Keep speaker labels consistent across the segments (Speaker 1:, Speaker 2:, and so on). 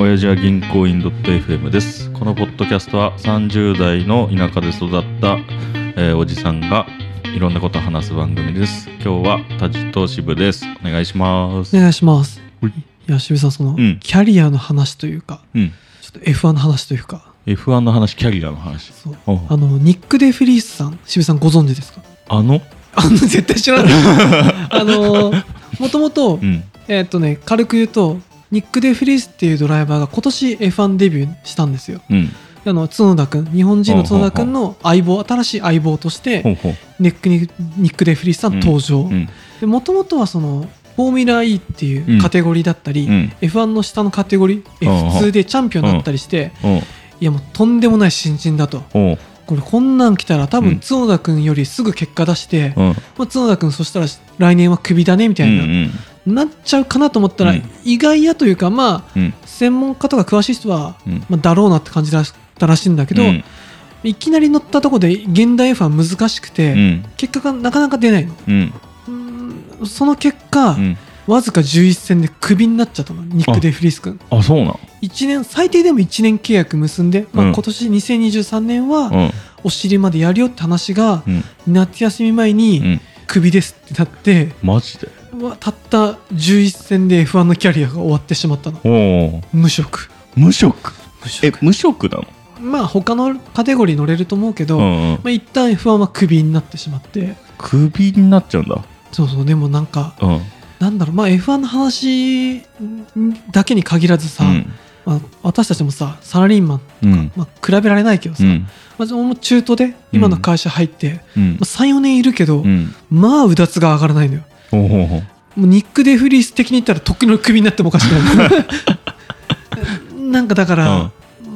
Speaker 1: 親父は銀行員 .fm ですこのポッドキャストは30代の田舎で育った、えーおじさんがいろんなことを話す番組です今日はタジと支部ですお願いします
Speaker 2: お願いします
Speaker 1: はい
Speaker 2: いや渋井さんその、
Speaker 1: ん
Speaker 2: キャリアの話というか
Speaker 1: うん
Speaker 2: ちょっと F1 の話というか
Speaker 1: F1 の話キャリアの話
Speaker 2: そう
Speaker 1: おう
Speaker 2: あのニック・デ・フリースさん渋井さんご存知ですか
Speaker 1: あの
Speaker 2: あの絶対知 らないあのもともと
Speaker 1: うん
Speaker 2: えーっとね軽く言うとニック・デ・フリースっていうドライバーが今年 F1 デビューしたんですよ
Speaker 1: うん
Speaker 2: あの角田君日本人の角田君の相棒新しい相棒とし
Speaker 1: ほ
Speaker 2: て
Speaker 1: うほう
Speaker 2: ネックにニック・デ・フリースさん登場、
Speaker 1: うん
Speaker 2: でもともとはそのフォーミュラー E っていうカテゴリーだったり、
Speaker 1: うん
Speaker 2: F1 の下のカテゴリ
Speaker 1: う
Speaker 2: ー
Speaker 1: ん
Speaker 2: F2 でチャンピオンになったりして、
Speaker 1: おう
Speaker 2: いやもうとんでもない新人だと
Speaker 1: おう
Speaker 2: これこんなん来たら多
Speaker 1: うん
Speaker 2: 分角田君よりすぐ結果出して、
Speaker 1: うん
Speaker 2: まあ、角田君そしたら来年はクビだねみた
Speaker 1: う
Speaker 2: い
Speaker 1: ん
Speaker 2: な、なっちゃうかなと思ったら、
Speaker 1: うん
Speaker 2: 意外やというかまあ
Speaker 1: うんうん
Speaker 2: 専門家とか詳しい人は、
Speaker 1: うん
Speaker 2: まあ、だろうなって感じだったらしいんだけど、
Speaker 1: うん
Speaker 2: いきなり乗ったとこで現代 F は難しくて、
Speaker 1: うん
Speaker 2: 結果がなかなか出ないの
Speaker 1: うん
Speaker 2: うーんその結果、
Speaker 1: うん
Speaker 2: わずか11戦でクビになっちゃったのニック・デフリース君
Speaker 1: あそうなん
Speaker 2: 一年最低でも1年契約結んで、まあ
Speaker 1: うん
Speaker 2: 今年2023年は
Speaker 1: うん
Speaker 2: お尻までやるよって話が
Speaker 1: うん
Speaker 2: 夏休み前
Speaker 1: う
Speaker 2: に
Speaker 1: ん
Speaker 2: クビですってなって、
Speaker 1: マジで
Speaker 2: うわたった11戦で F1 のキャリアが終わってしまったの
Speaker 1: おう
Speaker 2: 無職
Speaker 1: 無職
Speaker 2: 無職
Speaker 1: え無職なの
Speaker 2: まあ他のカテゴリー乗れると思うけど、ま
Speaker 1: んん
Speaker 2: あ、一旦 F1 はクビになってしまって
Speaker 1: クビになっちゃうんだ
Speaker 2: そうそうでもなんか
Speaker 1: うん
Speaker 2: なんだろうまあ F1 の話だけに限らずさ、
Speaker 1: うん
Speaker 2: まあ、私たちもさサラリーマン、
Speaker 1: うん
Speaker 2: まあ、比べられないけどさ、
Speaker 1: うん
Speaker 2: まあ、もう中途で今の会社入って、
Speaker 1: うん
Speaker 2: まあ、34年いるけど、
Speaker 1: うん
Speaker 2: まあうだつが上がらないのよ
Speaker 1: ほうほうほう
Speaker 2: もうニック・デフリース的に言ったらとっくのクビになってもおかしく ないなんかだから、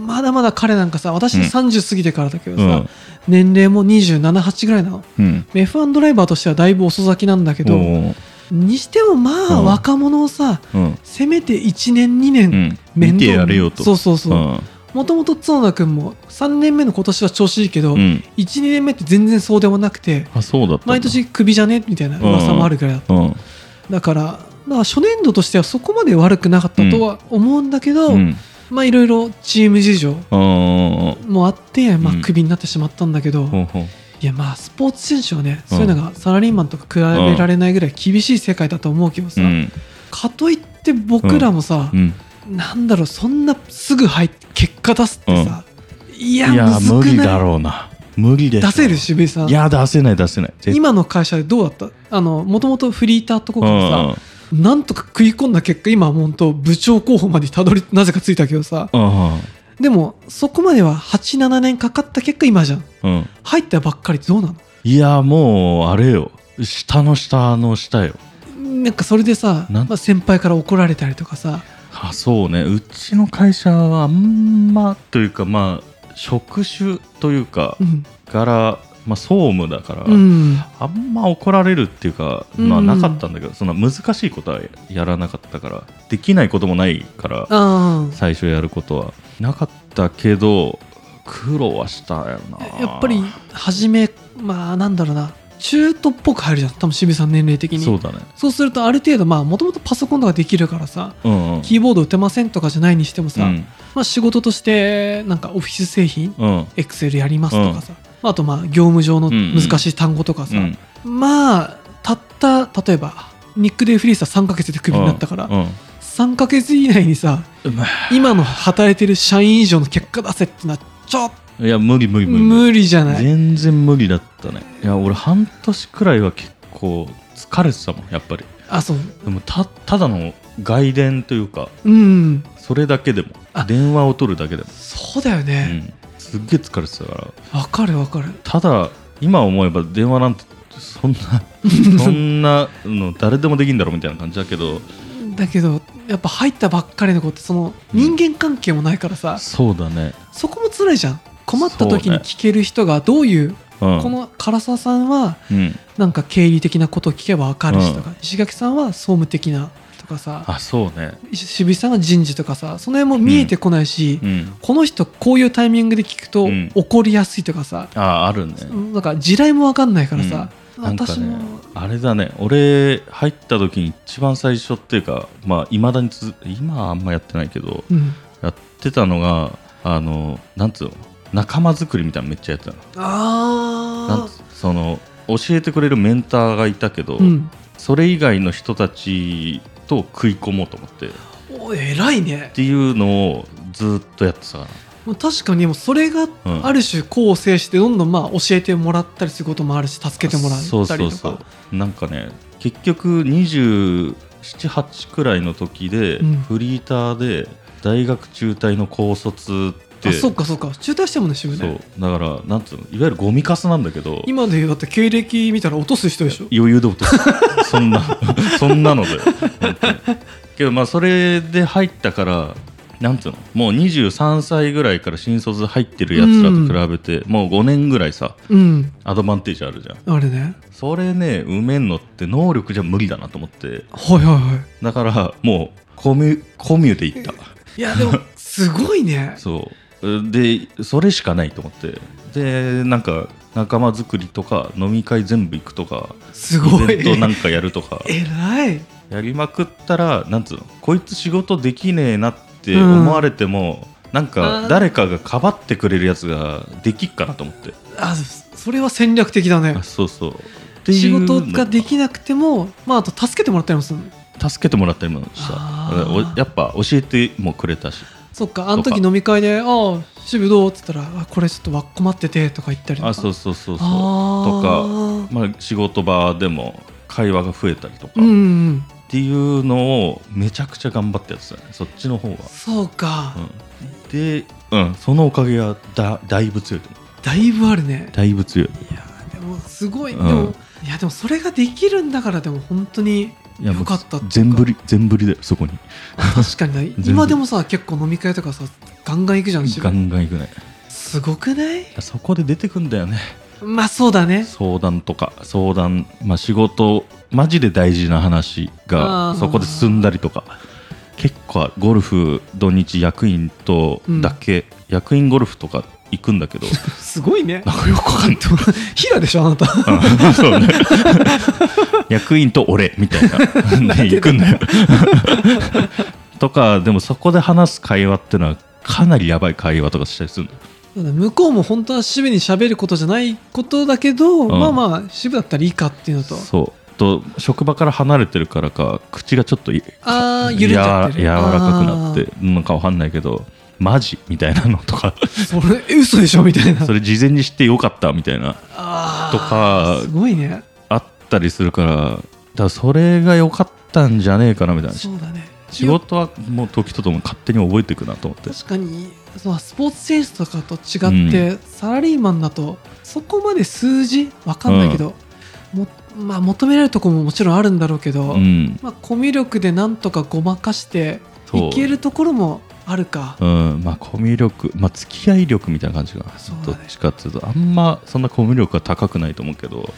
Speaker 2: まだまだ彼なんかさ私
Speaker 1: うん
Speaker 2: 30過ぎてからだけど
Speaker 1: う
Speaker 2: さ、
Speaker 1: ん
Speaker 2: 年齢も278ぐらいなの
Speaker 1: うん
Speaker 2: で F1 ドライバーとしてはだいぶ遅咲きなんだけ
Speaker 1: お
Speaker 2: ど
Speaker 1: う
Speaker 2: にしてもまあ
Speaker 1: うん
Speaker 2: 若者をさ
Speaker 1: おううん
Speaker 2: せめて1年2
Speaker 1: う
Speaker 2: 年
Speaker 1: ん
Speaker 2: 面
Speaker 1: 見て
Speaker 2: 倒
Speaker 1: やれよと
Speaker 2: そうそうそううんもともと角田君も3年目の今年は調子いいけど、
Speaker 1: うん
Speaker 2: 12年目って全然そうでもなくて
Speaker 1: あそうだったんだ
Speaker 2: 毎年クビじゃねみたいな噂もあるぐらいだった
Speaker 1: うん
Speaker 2: だからまあ初年度としてはそこまで悪くなかったとは思うんだけど、
Speaker 1: うん
Speaker 2: まあいろいろチーム事情
Speaker 1: うん
Speaker 2: もあって、まあ
Speaker 1: うん、
Speaker 2: クビになってしまったんだけど、
Speaker 1: ほ
Speaker 2: いう
Speaker 1: ほう
Speaker 2: やまあスポーツ選手はね、そういうのがサラリーマンとか比べられないぐらい厳しい世界だと思うけど
Speaker 1: う
Speaker 2: さ、
Speaker 1: ん
Speaker 2: かといって僕らもさ
Speaker 1: う、ん
Speaker 2: なんだろうそんなすぐ入って結果出すってさ、いや
Speaker 1: いや
Speaker 2: むずく
Speaker 1: 無
Speaker 2: ない
Speaker 1: 理だろうな無理でしょ
Speaker 2: 出せる渋井さん
Speaker 1: いや出せない出せない絶対
Speaker 2: 今の会社でどうだったあのもともとフリーターとこからさ、
Speaker 1: うん
Speaker 2: なんとか食い込んだ結果今は本当部長候補までたどりなぜかついたけどさ
Speaker 1: うん
Speaker 2: でもそこまでは87年かかった結果今じゃん
Speaker 1: うんうん
Speaker 2: 入ったばっかりってどうなの
Speaker 1: いやもうあれよ下の下の下よ
Speaker 2: なんかそれでさ、
Speaker 1: な
Speaker 2: ま
Speaker 1: ん
Speaker 2: あ、先輩から怒られたりとかさ
Speaker 1: あそうねうちの会社はあんまというかまあ職種というか
Speaker 2: うん、
Speaker 1: 柄、まあ、総務だから、
Speaker 2: うん、
Speaker 1: あんま怒られるっていうか、まあ、
Speaker 2: うん
Speaker 1: なかったんだけど、そんな難しいことはやらなかったからできないこともないから
Speaker 2: あー
Speaker 1: 最初やることはなかったけど苦労はしたよな
Speaker 2: やっぱり初めまあなんだろうな中途っぽく入るじゃん多分渋井さん年齢的に
Speaker 1: そうだね
Speaker 2: そうするとある程度まあもともとパソコンとかできるからさ
Speaker 1: うんうん
Speaker 2: キーボード打てませんとかじゃないにしてもさ、
Speaker 1: うん
Speaker 2: まあ、仕事としてなんかオフィス製品
Speaker 1: うん
Speaker 2: エクセルやりますとかさ、まああとまあ業務上の難しい単語とかさ、
Speaker 1: うん
Speaker 2: まあたった例えばニック・デイ・フリースは3ヶ月でクビになったから、
Speaker 1: うん
Speaker 2: 3ヶ月以内にさ
Speaker 1: うん
Speaker 2: 今の働いてる社員以上の結果出せってのはちょっ
Speaker 1: いや無理無理
Speaker 2: と
Speaker 1: 無理無理
Speaker 2: 無理じゃない
Speaker 1: 全然無理だったねいや俺半年くらいは結構疲れてたもんやっぱり
Speaker 2: あそう
Speaker 1: でもたただの外伝というか
Speaker 2: うん
Speaker 1: それだけでも
Speaker 2: あ
Speaker 1: 電話を取るだけでも、
Speaker 2: そうだよ
Speaker 1: う
Speaker 2: ね
Speaker 1: ん、すっげえ疲れてたから
Speaker 2: わ、かるわかる
Speaker 1: ただ今思えば電話なんてそ んなそんなの誰でもできんだろうみたいな感じだけど
Speaker 2: だけどやっぱ入ったばっかりの子ってその人間関係もないからさ、
Speaker 1: そうだね、
Speaker 2: そこも辛いじゃん困った時
Speaker 1: そうね
Speaker 2: に聞ける人がどういう
Speaker 1: うん、
Speaker 2: この唐沢さんは
Speaker 1: うん、
Speaker 2: なんか経理的なことを聞けば分かるし
Speaker 1: うん
Speaker 2: とか、石垣さんは総務的なとかさ
Speaker 1: あそうね
Speaker 2: し渋井さんは人事とかさその辺も見えてこないし、
Speaker 1: うん
Speaker 2: この人こういうタイミングで聞くと
Speaker 1: うん
Speaker 2: 怒りやすいとかさ、
Speaker 1: ああるね
Speaker 2: なんか地雷も分かんないからさ、
Speaker 1: なんか
Speaker 2: 私も
Speaker 1: ねあれだね俺入った時に一番最初っていうかまあいまだにつづ今はあんまやってないけど
Speaker 2: うん
Speaker 1: やってたのがあのなんつうの仲間作りみたいなのめっちゃやってたのなん
Speaker 2: あ
Speaker 1: つその教えてくれるメンターがいたけど、
Speaker 2: あうん
Speaker 1: それ以外の人たちと食い込もうと思ってっ
Speaker 2: お偉いね
Speaker 1: ていうのをずっとやってたか
Speaker 2: もう確かにもうそれが
Speaker 1: ら、うん
Speaker 2: ある種こう制してどんどんまあ教えてもらったりすることもあるし助けてもらったりとか
Speaker 1: そうそうそうなんかね結局278くらいの時で、
Speaker 2: うん
Speaker 1: フリーターで大学中退の高卒って
Speaker 2: あそっかそっか中退してもんね渋
Speaker 1: そ
Speaker 2: ね
Speaker 1: うだからなんつうのいわゆるゴミカスなんだけど
Speaker 2: 今で言うだって経歴見たら落とす人でしょ
Speaker 1: 余裕で落とすそんな そんなので本当にけどまあそれで入ったからなんつうのもう23歳ぐらいから新卒で入ってるやつらと比べて、もう5年ぐらいさ
Speaker 2: うん
Speaker 1: アドバンテージあるじゃん
Speaker 2: あれね
Speaker 1: それね埋めんのって能力じゃ無理だなと思って
Speaker 2: はいはいは
Speaker 1: だからもうコミュコミュで行った
Speaker 2: いい やでもすごいね
Speaker 1: そうでそれしかないと思ってでなんか仲間作りとか飲み会全部行くとか
Speaker 2: す
Speaker 1: イ
Speaker 2: ご
Speaker 1: ベン
Speaker 2: い
Speaker 1: トなんかやると か
Speaker 2: 偉い
Speaker 1: やりまくったらなんつうのこいつ仕事できねえなって思われても、なん
Speaker 2: あ
Speaker 1: か
Speaker 2: ー
Speaker 1: 誰かがかばってくれるやつができっかなと思って
Speaker 2: あそれは戦略的だね
Speaker 1: あそうそうってい
Speaker 2: 仕
Speaker 1: うの
Speaker 2: 事ができなくてもまああと助けてもらったりもするの
Speaker 1: 助けてもらったりもした
Speaker 2: あー
Speaker 1: おやっぱ教えてもくれたし
Speaker 2: そっかあの
Speaker 1: と
Speaker 2: 時
Speaker 1: か
Speaker 2: 飲み会で「ああ渋どう?」って言ったらあ「これちょっとわ困ってて」とか言ったりとか
Speaker 1: あそううそうそうそう
Speaker 2: あ
Speaker 1: まあ、仕事場でも会話が増えたりとか、
Speaker 2: うんう
Speaker 1: っ
Speaker 2: ん
Speaker 1: ていうのをめちゃくちゃ頑張ってやってたねそっちの方が、
Speaker 2: そうか、
Speaker 1: うん、で、うん、そのおかげはだだいぶ強いと思う
Speaker 2: だいぶあるね
Speaker 1: だいぶ強い
Speaker 2: いやでもすごい、
Speaker 1: うん
Speaker 2: でもいやでもそれができるんだからでも本当に
Speaker 1: いやもう
Speaker 2: よかったっていうか
Speaker 1: 全振り全振りだよそこに
Speaker 2: 確か にな
Speaker 1: 部
Speaker 2: 今でもさ結構飲み会とかさガンガン行くじゃん渋
Speaker 1: ガンガンいくね
Speaker 2: すごくない
Speaker 1: そこで出てくんだよね
Speaker 2: まあそうだね
Speaker 1: 相談とか相談まあ仕事マジで大事な話
Speaker 2: あ
Speaker 1: が
Speaker 2: ー
Speaker 1: そこで進んだりとか結構ゴルフ土日役員とだけ、役員ゴルフとか行くんだけど
Speaker 2: すごいね
Speaker 1: なんかよくわかんない
Speaker 2: ヒラでしょ あなた
Speaker 1: うんそう ね役員と俺みたい なで行くんだよ とかでもそこで話す会話ってのはかなりやばい会話とかしたりするの
Speaker 2: そうだ向こうも本当は渋に喋ることじゃないことだけど、
Speaker 1: ん
Speaker 2: まあまあ渋だったらいいかっていうのと
Speaker 1: そうと職場から離れてるからか口がちょっとい
Speaker 2: あー緩んじ
Speaker 1: や
Speaker 2: ゃ
Speaker 1: わ
Speaker 2: ってる
Speaker 1: 柔らかくなってなんかわかんないけどマジみたいなのと か
Speaker 2: それえ嘘でしょみたいな
Speaker 1: それ事前に知ってよかったみたいな
Speaker 2: あ
Speaker 1: と
Speaker 2: ー
Speaker 1: か
Speaker 2: すごいね
Speaker 1: あったりするからだからそれが良かったんじゃねえかなみたいな
Speaker 2: そうだね
Speaker 1: 仕事はもう時ととも勝手に覚えていくなと思って
Speaker 2: 確かにそうスポーツ選手とかと違って、サラリーマンだとそこまで数字わかんないけど、もまあ、求められるとこももちろんあるんだろうけど、
Speaker 1: うん
Speaker 2: まあ、コミュ力でなんとかごまかして
Speaker 1: そう
Speaker 2: いけるところもあるか
Speaker 1: うんまあコミュ力まあ付き合い力みたいな感じが
Speaker 2: そう
Speaker 1: ど
Speaker 2: だね
Speaker 1: っちかっていうとあんまそんなコミュ力が高くないと思うけど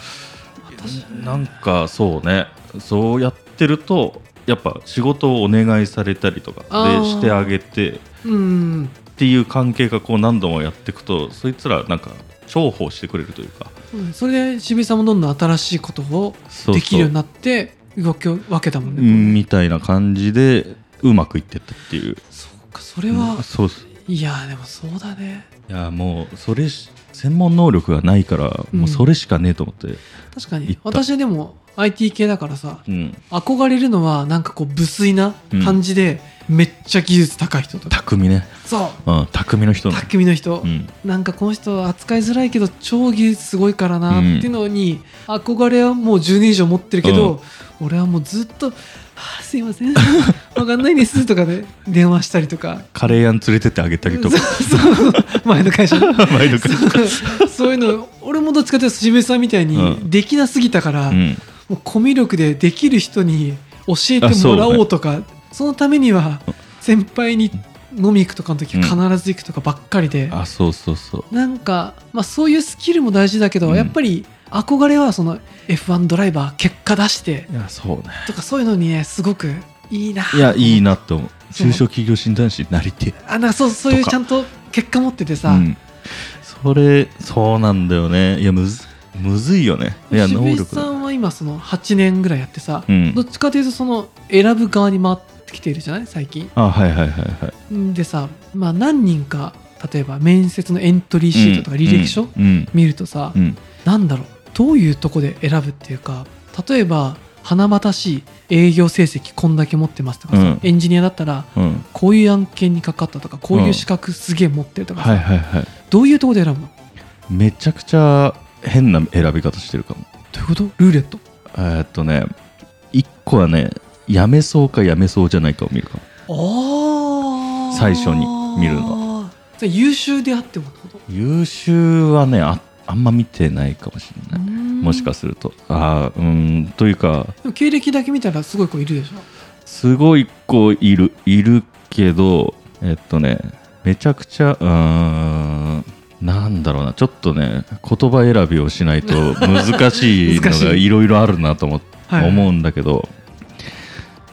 Speaker 2: 確かに
Speaker 1: なんかそうねそうやってるとやっぱ仕事をお願いされたりとか
Speaker 2: あー
Speaker 1: でしてあげてっ
Speaker 2: うん
Speaker 1: ていう関係がこう何度もやっていくとそいつらなんか重宝してくれるというか
Speaker 2: うんそれで渋井さんもどんどん新しいことを
Speaker 1: そうそう
Speaker 2: できるようになって動きを分けたもんね。
Speaker 1: うんみたいな感じでうまくいってったっていう
Speaker 2: そうかそれは、
Speaker 1: うんそうっす
Speaker 2: いやーでもそうだね
Speaker 1: いやもうそれし専門能力がないから
Speaker 2: うん
Speaker 1: もうそれしかねえと思って、
Speaker 2: 確か
Speaker 1: いっ
Speaker 2: に
Speaker 1: た
Speaker 2: 私でも IT 系だからさ
Speaker 1: うん、
Speaker 2: 憧れるのはなんかこう無粋な感じで、めっちゃ技術高い人とか
Speaker 1: 匠ね、
Speaker 2: そう
Speaker 1: うん、匠の人の、
Speaker 2: 匠の人、
Speaker 1: うん、
Speaker 2: なんかこの人扱いづらいけど超技術すごいからなっ
Speaker 1: うん
Speaker 2: ていうのに憧れはもう10年以上持ってるけど、俺はもうずっと「はあすいません わかんないです」とかで電話したりとか。
Speaker 1: カレー屋に連れてってあげたりとか
Speaker 2: そうそう前の会社の
Speaker 1: 前の会社
Speaker 2: そう そういうの俺もどっちかというと渋井さんみたいに
Speaker 1: うん
Speaker 2: できなすぎたから、
Speaker 1: うん
Speaker 2: もうコミュ力でできる人に教えてもらおうとかそのためには先輩に飲み行くとかの時
Speaker 1: うん
Speaker 2: 必ず行くとかばっかりで、
Speaker 1: あそうそうそう
Speaker 2: なんか、まあ、そういうスキルも大事だけど、
Speaker 1: うん
Speaker 2: やっぱり憧れはその F1 ドライバー結果出して
Speaker 1: いやそうね
Speaker 2: とかそういうのにねすごくいいないい
Speaker 1: やいいなって思う
Speaker 2: そう
Speaker 1: 中小企業診断士になりてえ
Speaker 2: あなんかそうそういう
Speaker 1: とか
Speaker 2: ちゃんと結果持ってて
Speaker 1: う
Speaker 2: さ、
Speaker 1: んそれそうなんだよねいやむずむずいよねいや能
Speaker 2: 渋井
Speaker 1: 力
Speaker 2: さ
Speaker 1: だ
Speaker 2: んは今その8年ぐらいやってさ、
Speaker 1: うん
Speaker 2: どっちかというとその選ぶ側に回っってきているじゃない最近。
Speaker 1: あはいはいはいはい
Speaker 2: んでさ、まあ、何人か例えば面接のエントリーシートとか履歴書、
Speaker 1: うん
Speaker 2: 見るとさ、
Speaker 1: うんうん
Speaker 2: なんだろうどういうとこで選ぶっていうか例えば華々しい営業成績こんだけ持ってますとかさ、
Speaker 1: うん
Speaker 2: エンジニアだったら
Speaker 1: うんうん
Speaker 2: こういう案件にかかったとかこういう資格すげえ持ってるとかさ、
Speaker 1: はいはいはい
Speaker 2: どういうとこで選ぶの
Speaker 1: めちゃくちゃ変な選び方してるかも
Speaker 2: どういうことルーレット
Speaker 1: えーっとね一個はねやめそうかやめそうじゃないかを見るかも
Speaker 2: あ
Speaker 1: ー最初に見る
Speaker 2: のは優秀であってもってこと
Speaker 1: 優秀はねああんま見てないかもしれないもしか
Speaker 2: し
Speaker 1: するとああうんというか
Speaker 2: て経歴だけ見たらすごい子いるでしょ
Speaker 1: すごい子いるいるけどえっとねめちゃくちゃうーんなんだろうなちょっとね言葉選びをしないと難しいの
Speaker 2: 難し
Speaker 1: が
Speaker 2: い
Speaker 1: いろいろあるなと思,、
Speaker 2: はい
Speaker 1: 思うんだけど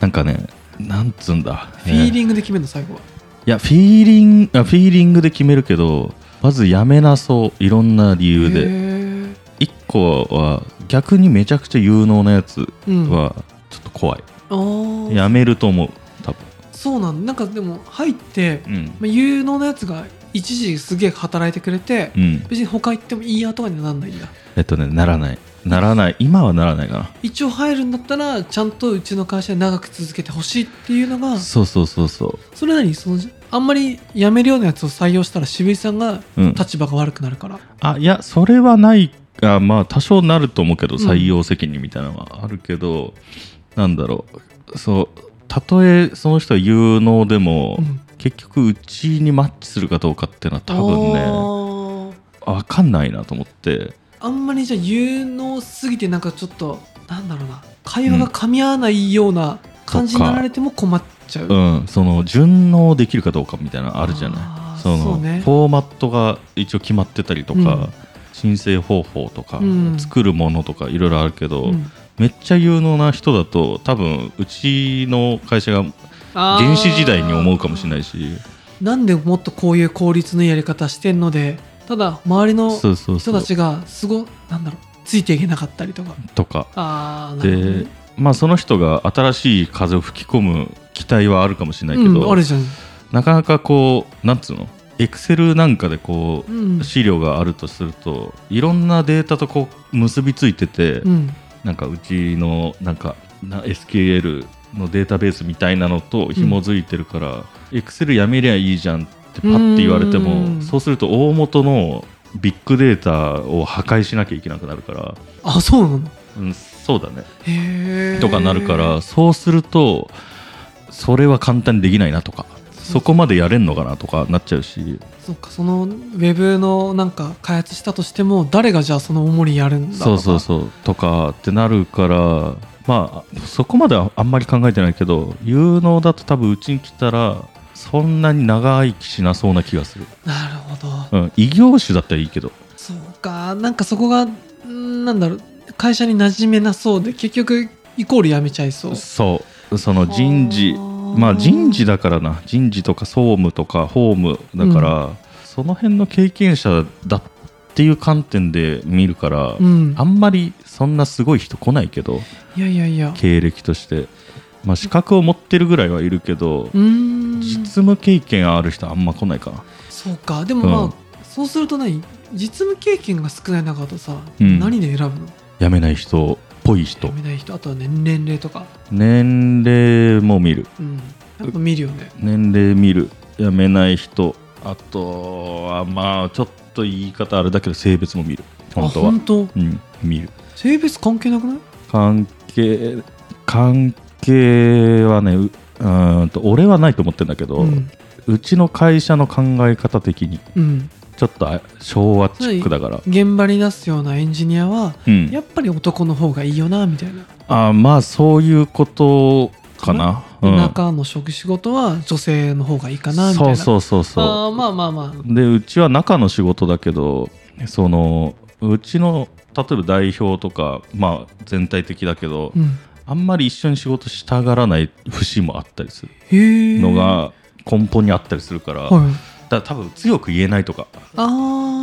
Speaker 1: なんかねなんつうんだ
Speaker 2: フィー
Speaker 1: えーい
Speaker 2: リングで決めるの最後は、
Speaker 1: やフィーリングあフィーリングで決めるけどまずやめなそういろんな理由
Speaker 2: へ
Speaker 1: で
Speaker 2: ー
Speaker 1: 一個は逆にめちゃくちゃ有能なやつ
Speaker 2: うん、あ
Speaker 1: はちょっと怖い、
Speaker 2: ー
Speaker 1: やめると思う多分
Speaker 2: そうなんなんかでも入って、
Speaker 1: うん
Speaker 2: まあ、有能なやつが一時すげえ働いてくれて、
Speaker 1: うん、
Speaker 2: 別に他行ってもいいやとかにはなんないんだ
Speaker 1: えっとね、ならない。ならない。今はならないか
Speaker 2: 一応入るんだったらちゃんとうちの会社で長く続けてほしいっていうのが
Speaker 1: な。そうそうそうそ
Speaker 2: それなりにそのあんまり辞めるようなやつを採用したら渋井さんが
Speaker 1: う。うん。
Speaker 2: 立場が悪くなるから、
Speaker 1: あ、いや、それはない。あまあ、多少なると思うけど、
Speaker 2: うん
Speaker 1: 採用責任みたいなのはあるけど、なんだろう。そう。たとえその人は有能でも、
Speaker 2: うん
Speaker 1: 結局うちにマッチするかどうかっていうのは多
Speaker 2: 分ね
Speaker 1: 分ね分かんないなと思って
Speaker 2: あんまりじゃあ有能すぎてなんかちょっとなんだろうな会話が噛み合わないような感じになられても困っちゃう、
Speaker 1: うんその順応できるかどうかみたいなのあるじゃ
Speaker 2: あ
Speaker 1: な
Speaker 2: ー
Speaker 1: いその
Speaker 2: そうね
Speaker 1: フォーマットが一応決まってたりとか、
Speaker 2: うん
Speaker 1: 申請方法とか、
Speaker 2: うん
Speaker 1: 作るものとかいろいろあるけど、
Speaker 2: うん
Speaker 1: めっちゃ有能な人だと多分うちの会社が
Speaker 2: あー
Speaker 1: 原始時代に思うかもしれないし
Speaker 2: なんでもっとこういう効率のいいやり方してんのでただ周りの
Speaker 1: そうそう
Speaker 2: 人
Speaker 1: そ
Speaker 2: た
Speaker 1: う
Speaker 2: ちがすごなんだろうついていけなかったりとか
Speaker 1: とか
Speaker 2: ああなるほど
Speaker 1: で
Speaker 2: ね、
Speaker 1: まあ、その人が新しい風を吹き込む期待はあるかもしれないけど、
Speaker 2: うん、あるじゃん、
Speaker 1: なかなかこうなんつうのエクセルなんかでこう
Speaker 2: うん
Speaker 1: 資料があるとするといろんなデータとこう結びついてて、
Speaker 2: うん
Speaker 1: なんかうちのなんかな SQL のデータベースみたいなのと紐づいてるから、Excel やめりゃいいじゃんってパッて言われて
Speaker 2: うんうんう
Speaker 1: も
Speaker 2: ん
Speaker 1: そうすると大元のビッグデータを破壊しなきゃいけなくなるから、
Speaker 2: あそうなの
Speaker 1: うん、そうだね
Speaker 2: へえ
Speaker 1: とかなるからそうするとそれは簡単にできないなとかそこまでやれんのかなとかなっちゃうし
Speaker 2: そっかそのウェブのなんか開発したとしても誰がじゃあその重りやるんだとか
Speaker 1: そうそうそうとかってなるからまあそこまではあんまり考えてないけど有能だと多分うちに来たらそんなに長生きしなそうな気がする、
Speaker 2: なるほど、
Speaker 1: うん、異業種だったらいいけど
Speaker 2: そうかなんかそこがうんなんだろう会社に馴染めなそうで結局イコールやめちゃいそう
Speaker 1: そうその人事まあ人事だからな人事とか総務とか法務だから、その辺の経験者だっていう観点で見るから、
Speaker 2: うん
Speaker 1: あんまりそんなすごい人来ないけど
Speaker 2: いやいやいや
Speaker 1: 経歴として、まあ、資格を持ってるぐらいはいるけど、
Speaker 2: うーん
Speaker 1: 実務経験ある人あんま来ないかな
Speaker 2: そうかでもまあ、
Speaker 1: うん
Speaker 2: そうすると何実務経験が少ない中だとさ、
Speaker 1: うん
Speaker 2: 何で選ぶの
Speaker 1: 辞めない人っぽい人
Speaker 2: 読めない人あとはね年齢とか
Speaker 1: 年齢も見る
Speaker 2: うんやっぱ見るよね
Speaker 1: 年齢見る辞めない人あとはまあちょっと言い方あれだけど性別も見る本当
Speaker 2: あ
Speaker 1: は
Speaker 2: 本当
Speaker 1: うん見る
Speaker 2: 性別関係なくない
Speaker 1: 関係関係はねううーんと俺はないと思ってんだけど、
Speaker 2: う
Speaker 1: うんちの会社の考え方的に
Speaker 2: うん
Speaker 1: ちょっとあ昭和チックだから、
Speaker 2: 現場に出すようなエンジニアは
Speaker 1: うん、
Speaker 2: やっぱり男の方がいいよなみたいな
Speaker 1: あまあそういうことかな、うん、
Speaker 2: 田舎の職仕事は女性の方がいいかなみたい
Speaker 1: そ
Speaker 2: な
Speaker 1: うそうそうそ
Speaker 2: あーまあまあまあ
Speaker 1: うでうちは中の仕事だけどそのうちの例えば代表とかまあ全体的だけど、
Speaker 2: うん
Speaker 1: あんまり一緒に仕事したがらない節もあったりする
Speaker 2: へえ
Speaker 1: のが根本にあったりするから、
Speaker 2: はい
Speaker 1: だ多分強く言えないとか
Speaker 2: あ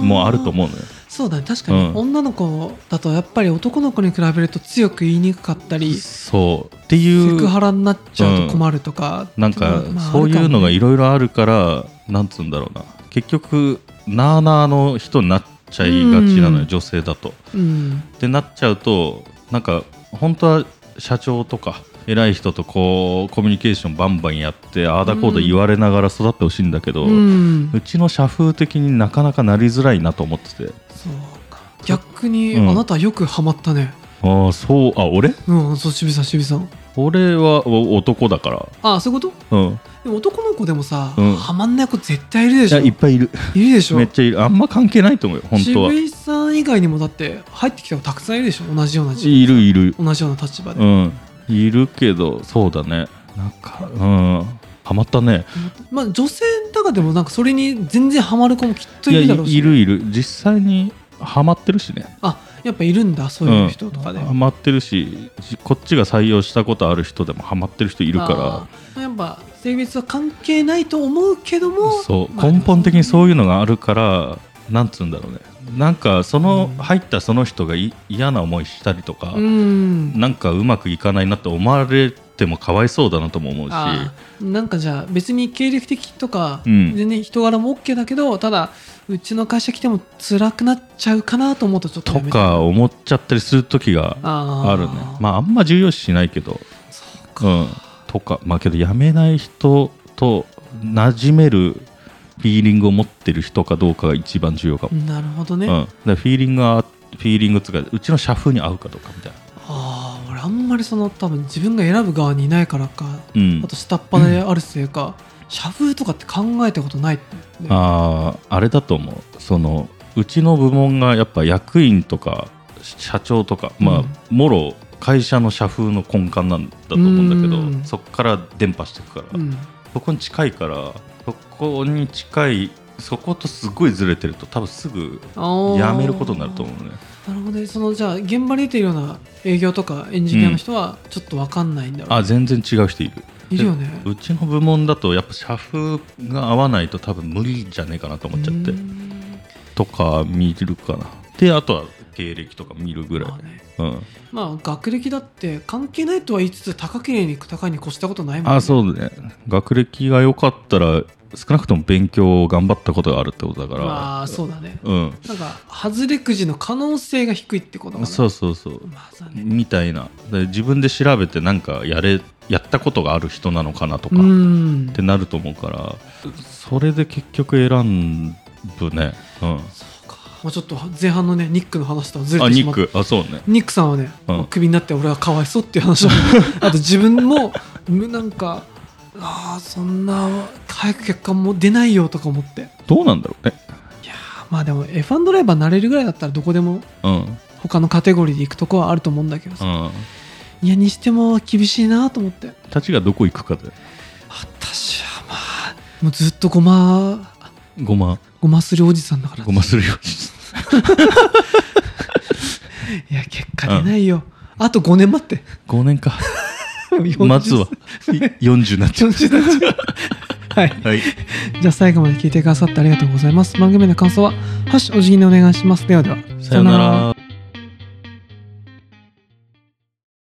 Speaker 2: ー
Speaker 1: もあると思うのよ
Speaker 2: そうだね確かに、
Speaker 1: うん
Speaker 2: 女の子だとやっぱり男の子に比べると強く言いにくかったりセ
Speaker 1: そうってい
Speaker 2: ク
Speaker 1: う
Speaker 2: ハラになっちゃうと困るとか、
Speaker 1: なんか
Speaker 2: まあ
Speaker 1: そういうのが
Speaker 2: ある
Speaker 1: いろいろあるからなんつうんだろうな結局なあなあの人になっちゃいがちなの
Speaker 2: う
Speaker 1: よ
Speaker 2: ん
Speaker 1: 女性だと。
Speaker 2: かもうん
Speaker 1: ってなっちゃうとなんか本当は社長とか偉い人とこうコミュニケーションバンバンやってああだこうだ言われながら育ってほしいんだけど、う
Speaker 2: うん
Speaker 1: ちの社風的になかなかなりづらいなと思ってて
Speaker 2: そうか逆に、
Speaker 1: うん
Speaker 2: あなたよくハマったね
Speaker 1: ああそうあ俺
Speaker 2: うんそう渋さん渋さん
Speaker 1: 俺はお男だから
Speaker 2: あそういうこと
Speaker 1: うん
Speaker 2: でも男の子でもさ、
Speaker 1: うん
Speaker 2: ハマんない子絶対いるで
Speaker 1: い
Speaker 2: し
Speaker 1: や
Speaker 2: ょ
Speaker 1: いっぱいいる
Speaker 2: いるでしょ
Speaker 1: めっちゃいるあんま関係ないと思うよ本当は
Speaker 2: 渋井さん以外にもだって入ってきた子たくさんいるでしょ同じようなじ
Speaker 1: いるいる
Speaker 2: 同じような立場で、
Speaker 1: うんいるけどそうだねなんかうんハマったね
Speaker 2: まあ女性の中でもなんかそれに全然ハマる子もきっといるだろうし
Speaker 1: いやいるいる実際にハマってるしね
Speaker 2: あやっぱいるんだそういう人とかで、
Speaker 1: ハマってるししこっちが採用したことある人でもハマってる人いるか
Speaker 2: らやっぱ性別は関係ないと思うけど
Speaker 1: ら
Speaker 2: も
Speaker 1: そう
Speaker 2: まあ
Speaker 1: 根本的にそういうのがあるからなんつうんだろうねなんかその入ったその人がい嫌な思いしたりとか、
Speaker 2: うん
Speaker 1: なんかうまくいかないなって思われてもかわいそうだなとも思うし
Speaker 2: あーなんかじゃあ別に経歴的とか、
Speaker 1: うん
Speaker 2: 全然人柄も OK だけどただうちの会社来ても辛くなっちゃうかなと思うとちょっと
Speaker 1: と
Speaker 2: やめた
Speaker 1: か思っちゃったりする時が
Speaker 2: あー
Speaker 1: あるねまああんま重要視しないけど
Speaker 2: そう
Speaker 1: う
Speaker 2: か
Speaker 1: んとかまあけど辞めない人と馴染めるフィーリングを持ってる人かどうかが一番重要かも
Speaker 2: なるほどね、
Speaker 1: うん、だからフィーリングはフィーリングつうかうちの社風に合うかどうかみたいな、
Speaker 2: ああ俺あんまりその多分自分が選ぶ側にいないからか、
Speaker 1: うん
Speaker 2: あと下っ端であるせいか、社風とかって考えたことないってね、
Speaker 1: あーあれだと思うそのうちの部門がやっぱ役員とか社長とか、まあ
Speaker 2: うん
Speaker 1: もろ会社の社風の根幹なんだと思うんだけど、
Speaker 2: うん
Speaker 1: そこから伝播していくから、
Speaker 2: うん、
Speaker 1: そこに近いからそこに近いそことすごいずれてると多分すぐや
Speaker 2: や
Speaker 1: めることになると思うね
Speaker 2: なるほどねそのじゃあ現場で出てるような営業とかエンジニアの人はちょっと分かんないんだろう、
Speaker 1: あ全然違う人いる
Speaker 2: いるよね
Speaker 1: うちの部門だとやっぱ社風が合わないと多分無理じゃねえかなと思っちゃって
Speaker 2: うん
Speaker 1: とか見るかなであとは経歴とか見るぐらい
Speaker 2: まあ、ね
Speaker 1: うん、
Speaker 2: まあ学歴だって関係ないとは言いつつ高ければ高いに越したことないもん、ね、
Speaker 1: あそうだね学歴が良かったら少なくとも勉強を頑張ったことがあるってことだから、
Speaker 2: まあそうだね
Speaker 1: うん
Speaker 2: なんか外れくじの可能性が低いってことかな
Speaker 1: そうそうそう
Speaker 2: まあそうだね
Speaker 1: みたいなで自分で調べてなんかやれやったことがある人なのかなとか、
Speaker 2: う
Speaker 1: っ
Speaker 2: ん
Speaker 1: てなると思うからそれで結局選ぶね、うん、
Speaker 2: そうかまあ、ちょっと前半のねニックの話とはずれ
Speaker 1: あ
Speaker 2: てし
Speaker 1: ニ
Speaker 2: ま
Speaker 1: ッ
Speaker 2: った
Speaker 1: クあそうね
Speaker 2: ニックさんはね、
Speaker 1: うん
Speaker 2: クビになって俺はかわいそうっていう話 をあと自分もむなんかああそんな早く結果も出ないよとか思っていや
Speaker 1: どうなんだろうね
Speaker 2: ーまあでも F1 ドライバーになれるぐらいだったらどこでも
Speaker 1: うん
Speaker 2: 他のカテゴリーで行くとこはあると思うんだけどさ、
Speaker 1: うん
Speaker 2: いやにしても厳しいなと思って
Speaker 1: たちがどこ行くかで
Speaker 2: 私はまあもうずっとごま
Speaker 1: ごま
Speaker 2: ごまするおじさんだから
Speaker 1: ごまするように
Speaker 2: いや結果出ないよ、あと5年待って
Speaker 1: 5年か
Speaker 2: もう40
Speaker 1: 待つわ40になっちゃう
Speaker 2: 40だっちゃうはい
Speaker 1: はい
Speaker 2: じゃあ最後まで聞いてくださってありがとうございます。番組の感想は、ハッシュお辞儀にお願いします。ではでは。
Speaker 1: さようなら